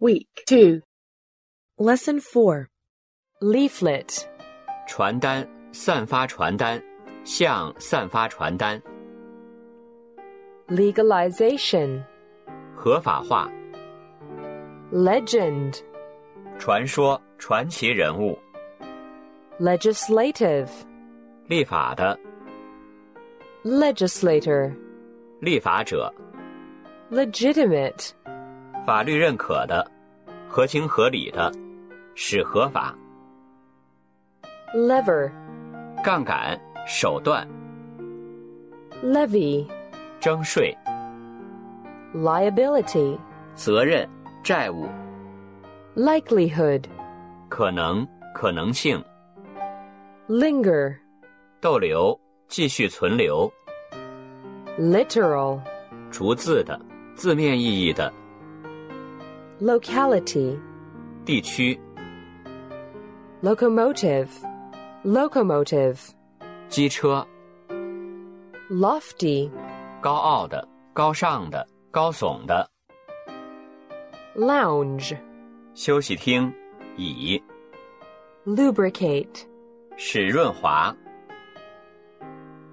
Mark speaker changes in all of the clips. Speaker 1: Week 2.
Speaker 2: Lesson 4 Leaflet
Speaker 3: 传单，散发传单，向散发传单，
Speaker 2: Legalization
Speaker 3: 合法化，
Speaker 2: Legend
Speaker 3: 传说，传奇人物，
Speaker 2: Legislative
Speaker 3: 立法的，
Speaker 2: Legislator
Speaker 3: 立法者，
Speaker 2: Legitimate
Speaker 3: 法律认可的，合情合理的，使合法，
Speaker 2: Lever
Speaker 3: 杠杆，手段，
Speaker 2: Levy
Speaker 3: 征税，
Speaker 2: Liability
Speaker 3: 责任，债务，
Speaker 2: Likelihood
Speaker 3: 可能，可能性，
Speaker 2: Linger
Speaker 3: 逗留，继续存留，
Speaker 2: Literal
Speaker 3: 逐字的，字面意义的，
Speaker 2: Locality
Speaker 3: 地区，
Speaker 2: Locomotive Locomotive
Speaker 3: 机车，
Speaker 2: Lofty
Speaker 3: 高傲的，高尚的，高耸的，
Speaker 2: Lounge
Speaker 3: 休息厅，椅，
Speaker 2: Lubricate
Speaker 3: 使润滑，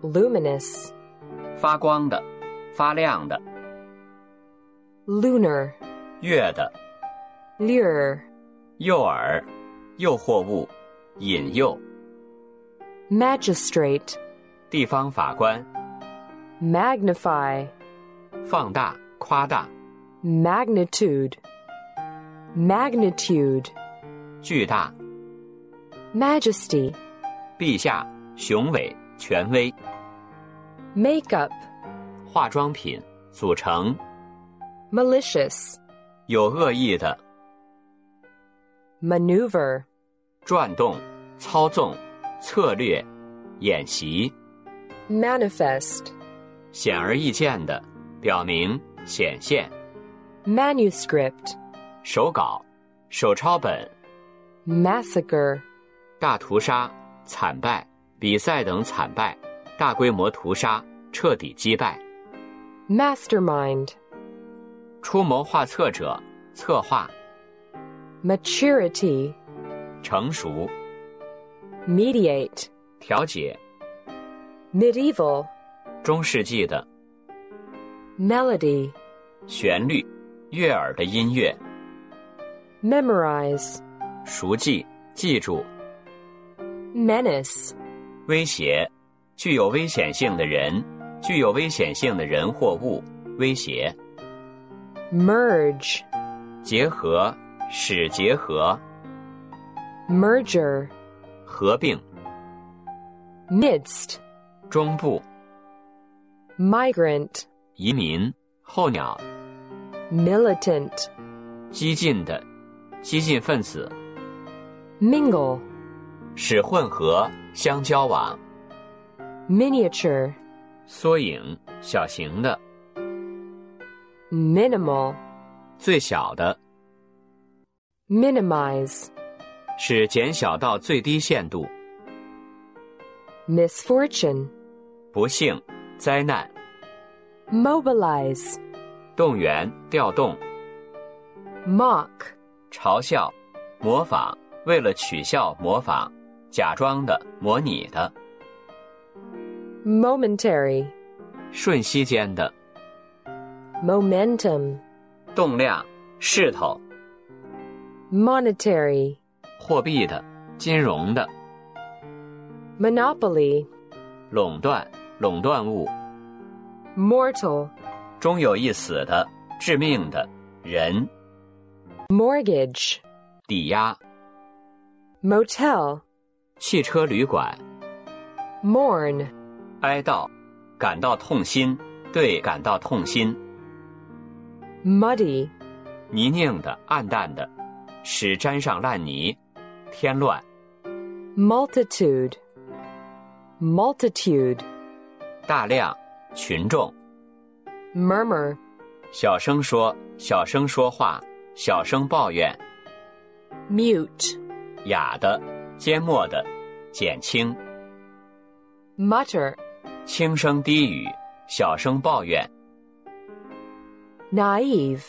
Speaker 2: Luminous
Speaker 3: 发光的，发亮的，
Speaker 2: Lunar
Speaker 3: 月的，
Speaker 2: Lure
Speaker 3: 诱饵，诱惑物，引诱，
Speaker 2: Magistrate
Speaker 3: 地方法官，
Speaker 2: Magnify
Speaker 3: 放大，夸大，
Speaker 2: Magnitude Magnitude
Speaker 3: 巨大，
Speaker 2: Majesty
Speaker 3: 陛下，雄伟，权威，
Speaker 2: Makeup
Speaker 3: 化妆品组成，
Speaker 2: Malicious
Speaker 3: 有恶意的，
Speaker 2: Maneuver
Speaker 3: 转动、操纵、策略、演习，
Speaker 2: Manifest
Speaker 3: 显而易见的，表明、显现，
Speaker 2: Manuscript
Speaker 3: 手稿、手抄本、
Speaker 2: Massacre
Speaker 3: 大屠杀、惨败、比赛等惨败、大规模屠杀、彻底击败、
Speaker 2: Mastermind
Speaker 3: 出谋划策者、策划、
Speaker 2: Maturity
Speaker 3: 成熟、
Speaker 2: Mediate
Speaker 3: 调解、
Speaker 2: Medieval
Speaker 3: 中世纪的
Speaker 2: Melody
Speaker 3: 旋律、悦耳的音乐、
Speaker 2: Memorize
Speaker 3: 熟记、记住、
Speaker 2: Menace
Speaker 3: 威胁，具有危险性的人，具有危险性的人或物，威胁。
Speaker 2: Merge
Speaker 3: 结合，使结合，
Speaker 2: Merger
Speaker 3: 合并，
Speaker 2: Midst
Speaker 3: 中部，
Speaker 2: Migrant
Speaker 3: 移民，候鸟，
Speaker 2: Militant
Speaker 3: 激进的，激进分子，
Speaker 2: Mingle
Speaker 3: 使混合相交往，
Speaker 2: Miniature
Speaker 3: 缩影，小型的，
Speaker 2: Minimal
Speaker 3: 最小的，
Speaker 2: Minimize
Speaker 3: 使减小到最低限度，
Speaker 2: Misfortune
Speaker 3: 不幸，灾难，
Speaker 2: Mobilize
Speaker 3: 动员，调动，
Speaker 2: Mock
Speaker 3: 嘲笑，模仿，为了取笑模仿，假装的，模拟的，
Speaker 2: Momentary
Speaker 3: 瞬息间的，
Speaker 2: Momentum
Speaker 3: 动量，势头，
Speaker 2: Monetary
Speaker 3: 货币的，金融的，
Speaker 2: Monopoly
Speaker 3: 垄断，垄断物，
Speaker 2: Mortal
Speaker 3: 终有一死的，致命的，人，
Speaker 2: Mortgage
Speaker 3: 抵押，
Speaker 2: Motel
Speaker 3: 汽车旅馆，
Speaker 2: Mourn
Speaker 3: 哀悼，感到痛心，对感到痛心，
Speaker 2: Muddy
Speaker 3: 泥泞的，暗淡的，使沾上烂泥，添乱，
Speaker 2: Multitude Multitude
Speaker 3: 大量，群众。
Speaker 2: Murmur
Speaker 3: 小声说，小声说话，小声抱怨，
Speaker 2: Mute
Speaker 3: 哑的，缄默的，减轻，
Speaker 2: Mutter
Speaker 3: 轻声低语，小声抱怨，
Speaker 2: Naive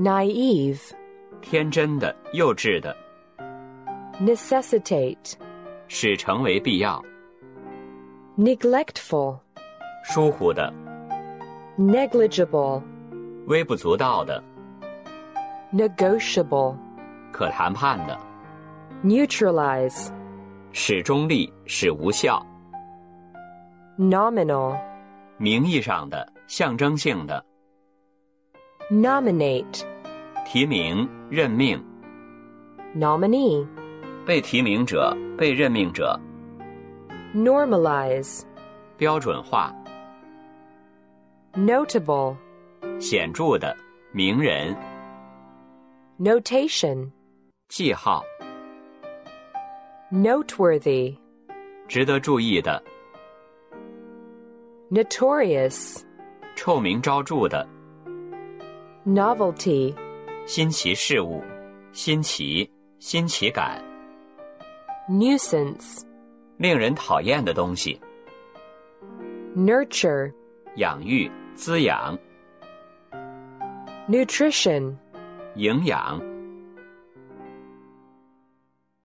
Speaker 2: Naive
Speaker 3: 天真的、幼稚的，
Speaker 2: necessitate,
Speaker 3: 使成为必要；
Speaker 2: neglectful,
Speaker 3: 疏忽的、
Speaker 2: negligible,
Speaker 3: 微不足道的、
Speaker 2: negotiable,
Speaker 3: 可谈判的，
Speaker 2: neutralize,
Speaker 3: 使中立、使无效、
Speaker 2: nominal,
Speaker 3: 名义上的、象征性的
Speaker 2: nominate,
Speaker 3: 提名、任命、
Speaker 2: nominee,
Speaker 3: 被提名者、被任命者、
Speaker 2: normalize,
Speaker 3: 标准化、
Speaker 2: notable,
Speaker 3: 显著的、名人、
Speaker 2: notation,
Speaker 3: 记号、
Speaker 2: noteworthy,
Speaker 3: 值得注意的、
Speaker 2: notorious,
Speaker 3: 臭名昭著的、
Speaker 2: novelty,
Speaker 3: 新奇事物、新奇、新奇感、
Speaker 2: nuisance,
Speaker 3: 令人讨厌的东西、
Speaker 2: nurture,
Speaker 3: 养育、滋养、
Speaker 2: nutrition,
Speaker 3: 营养、